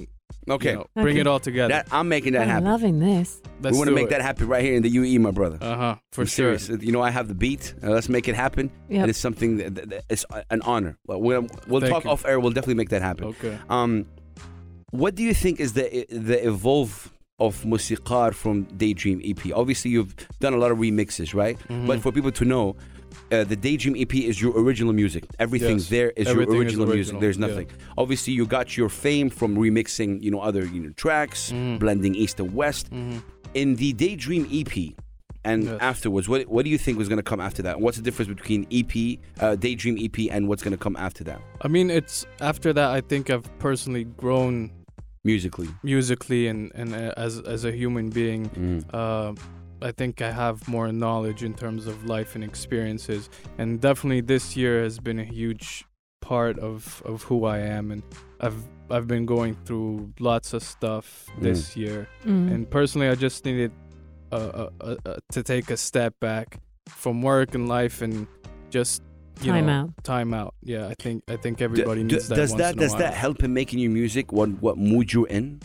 S4: Okay.
S5: you know, bring
S3: Okay.
S5: it all together.
S4: That, I'm making that
S3: I'm
S4: happen.
S3: loving this.
S5: Let's
S4: We want to
S5: do
S4: make
S5: it.
S4: that happen right here in the UAE, my brother.
S5: Uh huh. For
S4: I'm
S5: sure.
S4: serious. You know, I have the beat. Uh, let's make it happen.
S3: Yep.
S4: And it's something that, that- that- it's an honor. Well, we'll, we'll
S5: Thank
S4: talk
S5: you.
S4: off air. We'll definitely make that happen.
S5: Okay.
S4: Um, what do you think is the the evolve of Musiqar from Daydream EP? Obviously, you've done a lot of remixes, right?
S5: Mm-hmm.
S4: But for people to know, uh, the Daydream EP is your original music. Everything
S5: Yes.
S4: there is
S5: Everything
S4: your
S5: is
S4: original, music.
S5: original,
S4: There's
S5: yeah.
S4: nothing. Obviously, you got your fame from remixing, you know, other you know, tracks,
S5: Mm-hmm.
S4: blending East and West. In the Daydream EP. And
S5: Yes.
S4: afterwards, what, what do you think was going to come after that? What's the difference between EP, uh, Daydream EP, and what's going to come after that
S5: I mean, it's after that. I think I've personally grown
S4: musically?
S5: musically and and uh, as as a human being.
S4: Mm.
S5: Uh, I think I have more knowledge in terms of life and experiences, and definitely this year has been a huge part of of who I am, and I've I've been going through lots of stuff this year,
S3: Mm.
S5: and personally, I just needed uh, uh, uh, uh, to take a step back from work and life and just you
S3: Time
S5: know,
S3: out.
S5: Time out. Yeah, I think I think
S4: D-
S5: everybody
S4: d-
S5: needs that.
S4: does
S5: once
S4: that
S5: in a
S4: does
S5: while.
S4: that help in making your music what what mood you're in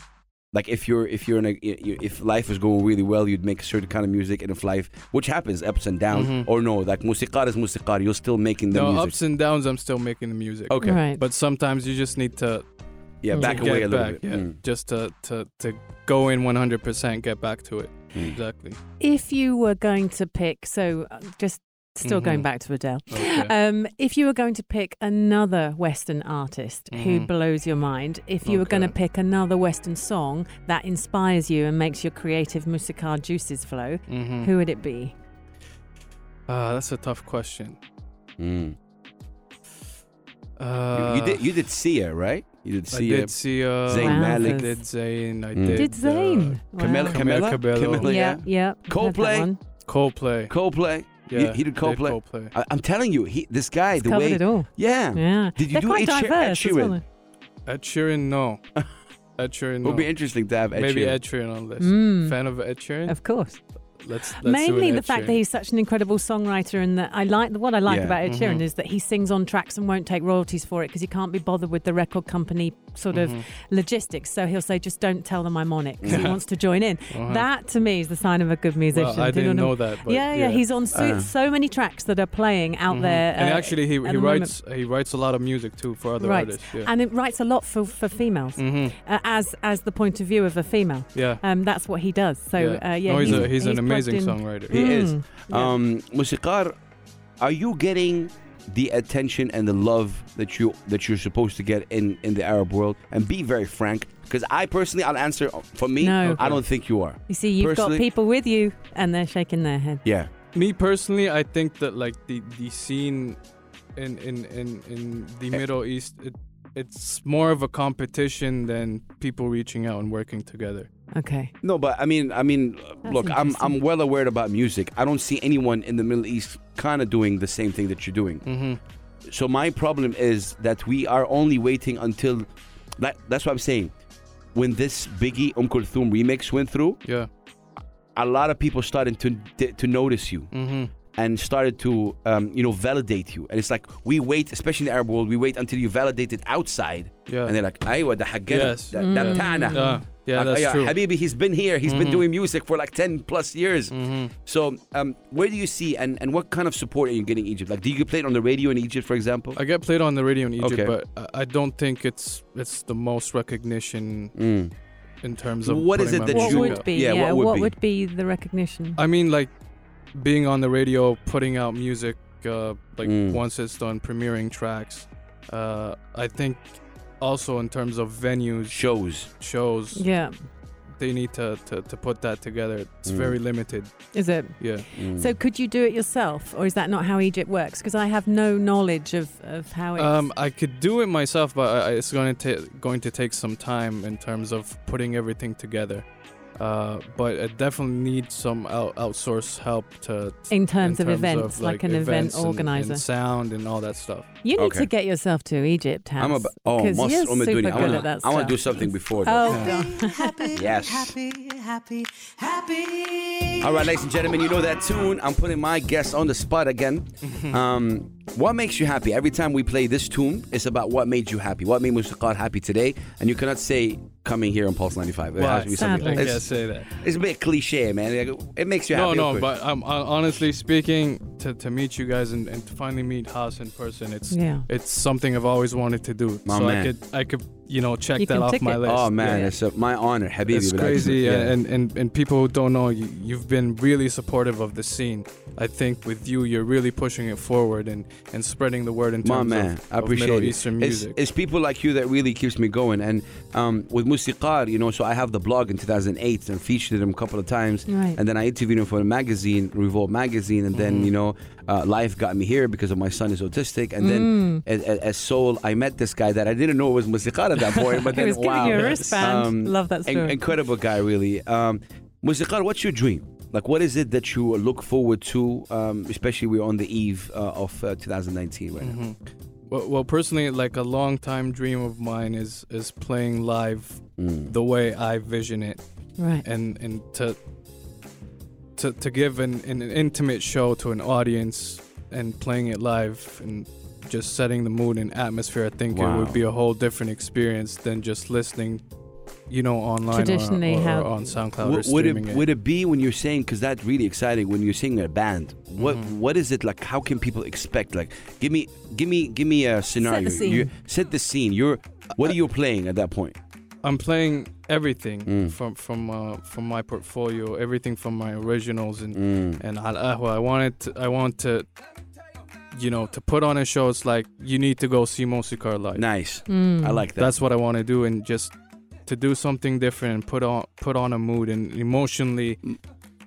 S4: like if you're if you're in a i- i- if life is going really well you'd make a certain kind of music and if life which happens ups and downs
S5: Mhm.
S4: or no like musiqar is musiqar you're still making the
S5: No
S4: music
S5: ups and downs. I'm still making the music.
S4: okay
S3: Right.
S5: But sometimes you just need to
S4: yeah
S3: Mm.
S4: back
S5: get
S4: away a little
S5: back,
S4: bit
S5: yeah,
S4: Mm.
S5: just to, to to go in 100%, get back to it.
S4: Mm.
S5: Exactly.
S3: if you were going to pick, so uh, just still going
S5: Mhm.
S3: back to Adele.
S5: Okay.
S3: Um, if you were going to pick another Western artist who
S5: Mhm.
S3: blows your mind, if you were
S5: Okay.
S3: going to pick another Western song that inspires you and makes your creative musical juices flow,
S5: Mhm.
S3: who would it be?
S5: Ah, that's a tough question.
S4: Mm. You-
S5: Uh,
S4: you, did you did Sia right you did
S5: I
S4: Sia
S5: did see uh,
S4: Zayn
S3: Wow.
S5: I
S4: Malik
S3: Malik.
S5: did Zayn. I
S4: Mm.
S5: did.
S3: Did Zayn?
S5: Uh,
S4: Camila,
S5: Wow. Camila
S4: Camila
S5: Cabello.
S4: Camila,
S3: yeah, yeah. Heard that
S4: Oh, Coldplay.
S3: one.
S5: Coldplay.
S4: Coldplay
S5: Yeah,
S4: he did Coldplay.
S5: Coldplay.
S4: I, I'm telling you he this guy
S3: It's
S4: the
S3: covered
S4: way
S3: it all.
S4: yeah,
S3: Yeah.
S4: Did you
S3: They're
S4: do
S3: quite
S4: Ed Sheer- Ed
S3: diverse as well.
S4: Sheeran?
S5: Ed Sheeran, no. Ed Sheeran,
S4: it
S5: no.
S4: would be interesting to have Ed
S5: Maybe
S4: Sheeran.
S5: Ed Sheeran on this.
S3: Mm.
S5: Fan of Ed Sheeran?
S3: Of course.
S5: let's, let's do
S3: Mainly
S5: an
S3: the
S5: Ed
S3: fact that
S5: Sheeran.
S3: he's such an incredible songwriter, and that I like what I like
S4: Yeah.
S3: about Ed Sheeran
S5: Mhm.
S3: is that he sings on tracks and won't take royalties for it because he can't be bothered with the record company sort of
S5: Mhm.
S3: logistics. So he'll say, "Just don't tell them I'm on it," 'cause he wants to join in.
S5: Uh-huh.
S3: That to me is the sign of a good musician.
S5: Well, I
S3: Do you
S5: didn't
S3: what I'm-
S5: know that. But
S3: yeah, yeah, he's on so,
S4: Uh.
S3: so many tracks that are playing out
S5: Mhm.
S3: there.
S5: and
S3: uh,
S5: actually, he, he
S3: at the moment.
S5: writes he writes a lot of music too for other
S3: Right.
S5: artists. Yeah.
S3: and it writes a lot for for females
S5: Mhm.
S3: uh, as as the point of view of a female.
S5: Yeah.
S3: Um, that's what he does. So yeah, uh, yeah
S5: no, Oh, he's, a, he's, an
S3: plugged
S5: amazing
S3: in.
S5: songwriter.
S4: He is.
S3: Mm, yeah.
S4: Um, Musiqar, are you getting the attention and the love that you that you're supposed to get in in the Arab world? And be very frank, because I personally, I'll answer for me.
S3: No.
S4: I don't think you are.
S3: You see, you've
S4: Personally-
S3: got people with you, and they're shaking their head.
S4: Yeah,
S5: Me personally, I think that like the the scene in in in in the
S4: Eh.
S5: Middle East, it, it's more of a competition than people reaching out and working together.
S3: Okay.
S4: no, but I mean, I mean, look, I'm I'm
S3: interesting.
S4: well aware about music. I don't see anyone in the Middle East kind of doing the same thing that you're doing.
S5: Mm-hmm.
S4: So my problem is that we are only waiting until. That, that's what I'm saying. When this Biggie Um Kulthum remix went through,
S5: Yeah.
S4: a lot of people started to to notice you.
S5: Mm-hmm.
S4: and started to um, you know validate you and it's like we wait especially in the arab world we wait until you validate it outside
S5: Yeah.
S4: and they're like aywa da haggana,
S5: Yes.
S4: da, da
S3: Mm.
S4: btana."
S5: Yeah. Yeah,
S4: Like,
S5: that's
S4: "Aywa,
S5: true.
S4: habibi he's been here He's been
S5: Mhm.
S4: doing music for like 10 plus years
S5: Mhm.
S4: so um, where do you see and, and what kind of support are you getting in egypt like do you play it on the radio in egypt for example
S5: I get played on the radio in Egypt,
S4: Okay.
S5: but I, I don't think it's it's the most recognition
S4: Mm.
S5: in terms of
S4: What is
S5: putting
S4: it
S5: my
S4: that
S3: What
S5: music
S4: you-
S5: out.
S3: would be?
S4: yeah,
S3: Yeah.
S4: what would
S3: what
S4: be?
S3: would be the recognition?
S5: I mean, like being on the radio, putting out music, uh, like
S4: Mm.
S5: once it's done, premiering tracks. Uh, I think also in terms of venues,
S4: shows
S5: shows,
S3: yeah.
S5: they need to, to, to put that together. It's
S4: Mm.
S5: very limited.
S3: Is it?
S5: Yeah.
S4: Mm.
S3: So could you do it yourself, or is that not how Egypt works? Because I have no knowledge of of how it's.
S5: Um, I could do it myself, but I, I- it's going to ta- going to take some time in terms of putting everything together. Uh, but I definitely need some out- outsource help to, to
S3: in terms, of events,
S5: of,
S3: like, an event
S5: events and-
S3: organizer,
S5: and sound and all that stuff.
S3: you need
S4: Okay.
S3: to get yourself to Egypt. Hans,
S4: i'm about oh
S3: 'cause
S4: Mas-
S3: you're
S4: Umm Al-Dunya.
S3: super
S4: I
S3: good
S4: wanna-
S3: at that
S4: i want
S3: stuff.
S4: to do something before that
S3: Oh,
S6: happy,
S4: Yes.
S6: happy, happy, happy.
S4: All right, ladies and gentlemen, you know that tune. I'm putting my guest on the spot again. um, what makes you happy? Every time we play this tune, it's about what made you happy. What made Mustaqat happy today? And you cannot say coming here on Pulse 95. It has to be
S3: Sadly.
S4: something
S5: I
S4: else.
S5: can't
S4: It's,
S5: say that.
S4: it's a bit cliche, man. Like, It makes you
S5: No,
S4: happy. of
S5: no,
S4: course.
S5: but um, hon- honestly speaking, to, to meet you guys and, and to finally meet Haas in person, it's
S3: Yeah.
S5: it's something I've always wanted to do.
S4: My
S5: so
S4: man.
S5: I could I could you know check
S3: You
S5: that
S3: can
S5: off
S3: tick
S5: my
S3: it.
S5: list.
S4: Oh man,
S5: Yeah.
S4: it's a, my honor, Habibi.
S5: it's
S4: but I-
S5: crazy.
S4: yeah.
S5: And, and and people who don't know you, you've been really supportive of the scene. I think with you, you're really pushing it forward and and spreading the word in terms
S4: my man,
S5: of,
S4: I
S5: of
S4: appreciate
S5: Middle
S4: it.
S5: Eastern
S4: It's-
S5: music.
S4: It's, people like you that really keeps me going. And um, with Musiqar, you know, so I have the blog in 2008 and featured him a couple of times.
S3: Right. Mm.
S4: And then I interviewed him for a magazine, Revolt magazine. And then you know, uh, life got me here because of my son is autistic. And then
S3: Mm.
S4: as, as, as Soul, I met this guy that I didn't know was Musiqar at that point. But
S3: He
S4: then
S3: was giving
S4: wow, Um,
S3: you a wristband. Love that
S4: in-
S3: story.
S4: incredible guy, really. Um, Musiqar, what's your dream? Like, what is it that you look forward to, um, especially we're on the eve uh, of uh, 2019 right now?
S5: Well, well, personally, like a long time dream of mine is is playing live
S4: Mm.
S5: the way I vision it,
S3: Right.
S5: and and to to to give an, an intimate show to an audience and playing it live and just setting the mood and atmosphere. I think it
S4: Wow.
S5: would be a whole different experience than just listening, you know, online or-
S3: Traditionally,
S5: or,
S3: how-
S5: or on SoundCloud or
S4: Would, would
S5: streaming
S4: it
S5: it.
S4: would it be when you're saying because that's really exciting when you're singing a band? What what is it like? How can people expect? Like, give me give me give me a scenario.
S3: scene.
S4: You set the scene. You're what are you playing at that point?
S5: I'm playing everything
S4: Mm.
S5: from from uh, from my portfolio, everything from my originals
S4: Mm.
S5: and and Al Ahwa. I wanted to, I want to you know to put on a show. It's like you need to go see Mosikar live.
S4: Mm. Nice. I like that.
S5: That's what I want to do and just to do something different and put on put on a mood and emotionally,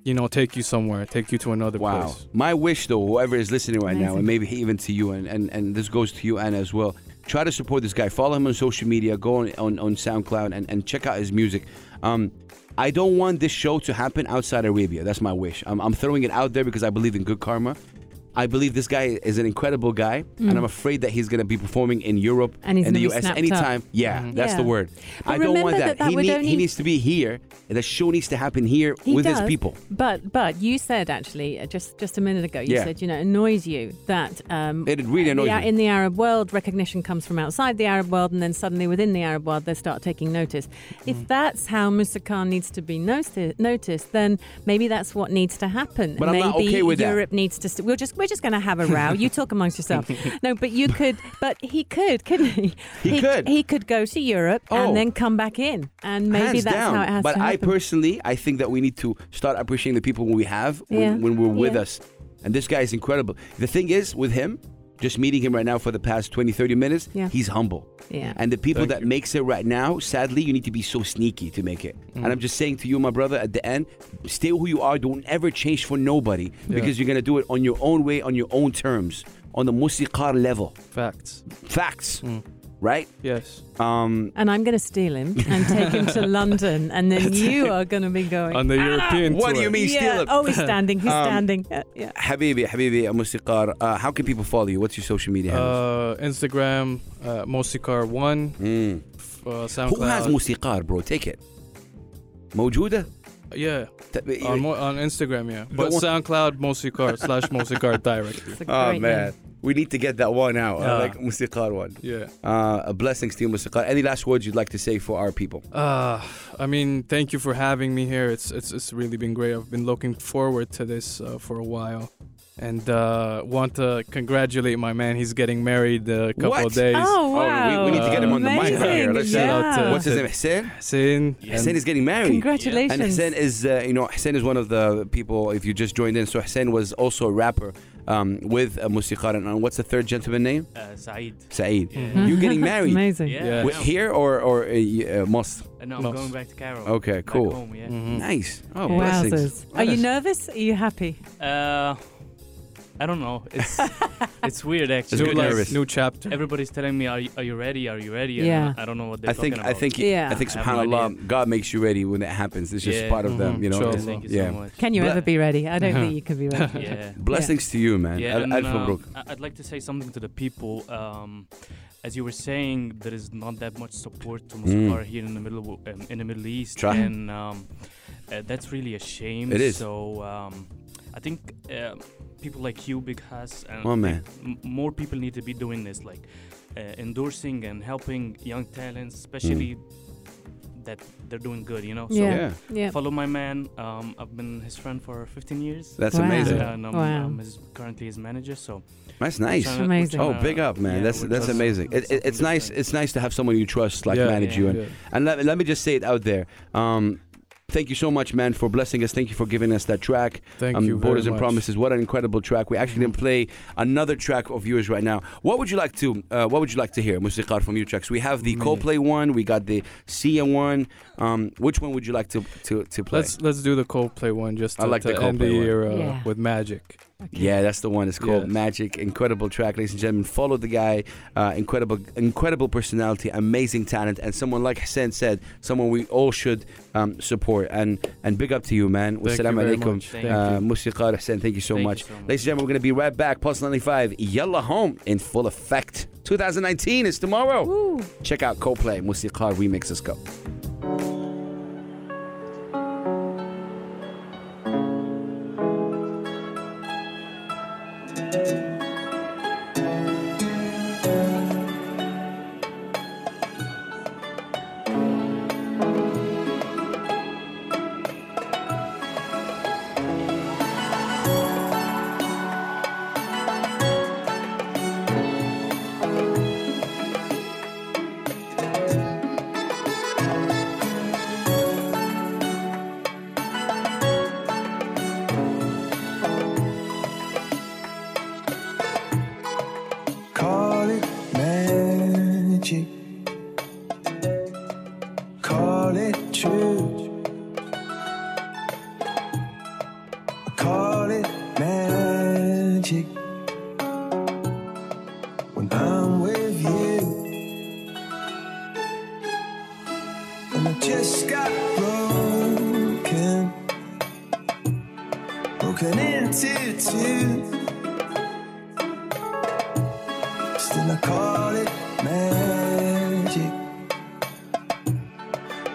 S5: you know, take you somewhere, take you to another
S4: Wow.
S5: place.
S4: My wish, though, whoever is listening right now,
S3: Amazing.
S4: and maybe even to you, and, and, and this goes to you, Anna, as well, try to support this guy. Follow him on social media, go on, on, on SoundCloud, and, and check out his music. Um, I don't want this show to happen outside Arabia. That's my wish. I'm, I'm throwing it out there because I believe in good karma. I believe this guy is an incredible guy, and I'm afraid that he's going to be performing in Europe
S3: Mm. And he's
S4: in the
S3: gonna be
S4: US
S3: snapped up. Mm-hmm.
S4: anytime. Yeah, that's the
S3: Yeah.
S4: word.
S3: But
S4: I don't want
S3: remember
S4: that.
S3: that that
S4: he,
S3: would
S4: need- he
S3: only-
S4: needs to be here, and the show needs to happen here
S3: He
S4: with
S3: does,
S4: his people.
S3: But but you said actually uh, just just a minute ago you
S4: Yeah.
S3: said you know it annoys you that um,
S4: It really annoys
S3: yeah
S4: me.
S3: in the Arab world recognition comes from outside the Arab world and then suddenly within the Arab world they start taking notice. If
S4: Mm.
S3: that's how Musa Khan needs to be noticed, noticed, then maybe that's what needs to happen.
S4: But I'm
S3: maybe
S4: not okay with that.
S3: Europe needs to. St- we'll just we're just going to have a row. you talk amongst yourself. No, but you could. But he could, couldn't he?
S4: He could.
S3: He could go to Europe
S4: Oh.
S3: and then come back in, and maybe
S4: Hands
S3: that's
S4: down.
S3: how it has
S4: but
S3: to
S4: I
S3: happen.
S4: personally, I think that we need to start appreciating the people we have when,
S3: Yeah.
S4: when we're with
S3: Yeah.
S4: us. And this guy is incredible. The thing is, with him, just meeting him right now for the past 20, 30 minutes,
S3: Yeah.
S4: he's humble.
S3: Yeah.
S4: And the people
S5: Thank
S4: that
S5: you.
S4: makes it right now, sadly, you need to be so sneaky to make it.
S5: Mm.
S4: And I'm just saying to you, my brother, at the end, stay who you are. Don't ever change for nobody because you're going to do it on your own way, on your own terms, on the musiqar level.
S5: Facts.
S4: Facts.
S5: Mm.
S4: Right?
S5: Yes.
S4: Um,
S3: And I'm going to steal him and take him to London, and then you are going to be going. "Ah!"
S5: On the European
S4: ah, what do
S5: tour.
S4: you mean
S3: yeah.
S4: steal Um, it?
S3: Oh, he's standing. He's standing. Yeah, yeah.
S4: Habibi, Habibi, Musiqar, uh, how can people follow you? What's your social media handles?
S5: Uh, Instagram, uh, Mosikar One,
S4: Mm.
S5: f- uh, SoundCloud.
S4: Who has Musiqar, bro? Take it. Mawjooda?
S5: Yeah,
S4: T-
S5: on, Uh, mo- on Instagram, yeah. But
S4: one-
S5: SoundCloud, Mosikar slash Mosikar directly.
S3: It's a
S4: Oh,
S3: great
S4: man. We need to get that one out. I
S5: Yeah.
S4: like Musiqar one.
S5: Yeah.
S4: Uh, blessings to you, Musiqar. Any last words you'd like to say for our people?
S5: Uh, I mean, thank you for having me here. It's it's it's really been great. I've been looking forward to this uh, for a while, and uh, want to congratulate my man. He's getting married uh, a couple
S4: What?
S5: of days.
S3: name. Oh wow!
S4: we, we need to get him on the mic right here.
S3: Amazing.
S4: Let's
S5: shout
S3: yeah.
S5: out to-
S4: What's his name? Hussein?
S5: Sin.
S4: Hussein is getting married. And
S3: Congratulations.
S4: Hussein is, uh, you know, Hussein is one of the people, if you just joined in. So Hussein was also a rapper um, with uh, Musiqar. And uh, what's the third gentleman name?
S7: Uh, Saeed.
S4: Saeed. You're getting married.
S3: Amazing.
S7: Yeah.
S4: Wait,
S7: no.
S4: here or or uh, y- uh, Mosque?
S7: Uh, no, I'm
S5: No.
S7: going back to Carol.
S4: Okay,
S7: Back
S4: cool.
S7: home, yeah.
S3: Mm-hmm.
S4: Nice. Oh, blessings.
S3: Wowzers. Are you
S4: Yes.
S3: nervous? Are you happy?
S7: Uh, I don't know. It's it's weird
S4: It's
S7: actually.
S5: New,
S4: good
S5: like,
S4: nervous.
S5: new chapter.
S7: Everybody's telling me, "Are you, are you ready? Are you ready?"
S3: Yeah.
S7: And I don't know what they're
S4: I think
S7: talking
S4: I
S7: about.
S4: think
S3: Yeah.
S4: I think
S7: I have no
S4: subhanallah God makes you ready when it happens. It's just
S7: Yeah.
S4: part of them,
S5: Mhm.
S4: you know.
S5: Sure.
S7: Yeah,
S4: It's-
S7: thank you so
S4: yeah.
S7: much.
S3: Mm-hmm. Can you
S4: Bla-
S3: ever be ready? I don't
S4: Uh-huh.
S3: think you can be ready.
S7: Yeah.
S4: Blessings to you, man.
S7: Yeah,
S4: Al-
S7: and,
S4: Alf
S7: uh,
S4: Mabruk.
S7: I- I'd like to say something to the people. Um, as you were saying, there is not that much support to Musafar here in the middle um, in the Middle East,
S4: Hmm. Try.
S7: and um, Uh, that's really a shame.
S4: It is.
S7: So um, I think uh, people like you, Big Hass, and
S4: Oh, man.
S7: m- more people need to be doing this, like uh, endorsing and helping young talents, especially
S4: Hmm.
S7: that they're doing good. You know. So
S3: Yeah.
S4: Yeah.
S3: Yeah.
S7: Follow my man. Um, I've been his friend for 15 years.
S4: That's
S3: Wow.
S4: amazing.
S7: and I'm,
S3: Wow.
S7: I'm his, currently his manager. So
S4: That's nice.
S7: we're tryna- we're
S3: Amazing.
S4: Oh,
S7: tryna-
S4: big up, man.
S7: yeah,
S4: that's
S7: we're
S4: that's
S7: tryna
S4: amazing.
S7: do
S4: It, it,
S7: something
S4: it's nice.
S7: different.
S4: It's nice to have someone you trust, like
S5: Yeah.
S4: manage
S7: Yeah.
S4: you. And,
S5: Yeah.
S4: and let, let me just say it out there. Um, thank you so much, man, for blessing us. Thank you for giving us that track.
S5: Thank
S4: um,
S5: you very
S4: Borders and
S5: much.
S4: Promises. What an incredible track. We're actually gonna play another track of yours right now. What would you like to uh, What would you like to hear, Musiqar, from your tracks? We have the
S5: Mm.
S4: Coldplay one. We got the Sia one. Um, which one would you like to to, to play?
S5: Let's let's do the Coldplay one just
S4: I
S5: to,
S4: like
S5: to
S4: the
S5: end the
S4: Coldplay one.
S5: year uh,
S3: Yeah.
S5: with magic.
S4: Yeah, that's the one. It's called
S5: Yes.
S4: Magic. Incredible track, ladies and gentlemen. Follow the guy. Uh, incredible, incredible personality, amazing talent, and someone like Hassan said, someone we all should um, support. And and big up to you, man.
S5: Thank you
S4: Wassalamu
S5: very
S4: alaikum.
S5: much.
S7: Thank you.
S4: Uh, Musiqar Hassan, thank you so
S7: Thank you
S4: much.
S7: so much.
S4: Ladies and gentlemen, we're going to be right back. Pulse 95, Yalla Home in full effect. 2019 is tomorrow. Check out Coldplay, Musiqar Remix. Let's go.
S8: Call it magic. Call it truth. Call it magic. When I'm with you. And I just got broken. Broken into two. Still I call it magic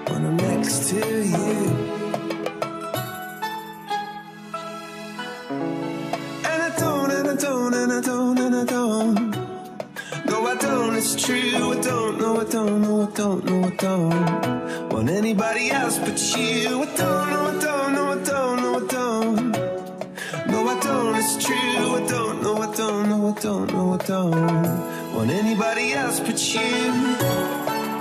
S8: when I'm next to you. And I don't, and I don't, and I don't, and I don't. No, I don't, it's true. I don't, no, I don't, no, I don't, no, I don't. Want anybody else but you. I don't, no, I don't, no, I don't, no, I don't. No, I don't, it's true. I don't, no, I don't, no, I don't, no, I don't want anybody else but you.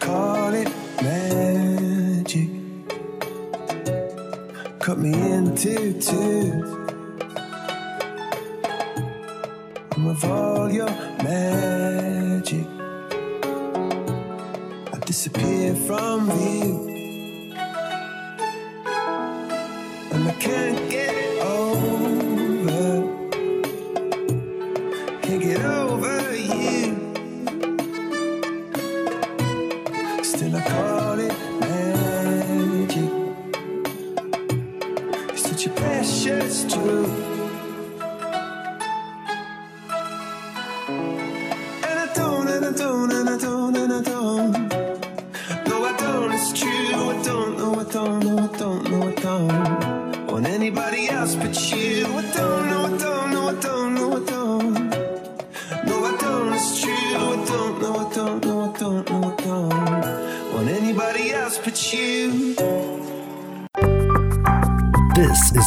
S8: Call it magic cut me into two. And with all your magic, I disappear from view. And I can't get over, can't get over you. Still, I call it magic. It's such a precious truth. And I don't, and I don't, and I don't, and I don't. No, I don't, it's true. I don't, no, I don't, no, I don't, no, I don't. Want anybody else but you. I don't, no, I don't, no, I don't, no, I don't. No, I don't, it's true. I don't, no, I don't, no, I don't, no, I don't. Want anybody else but you.
S1: This is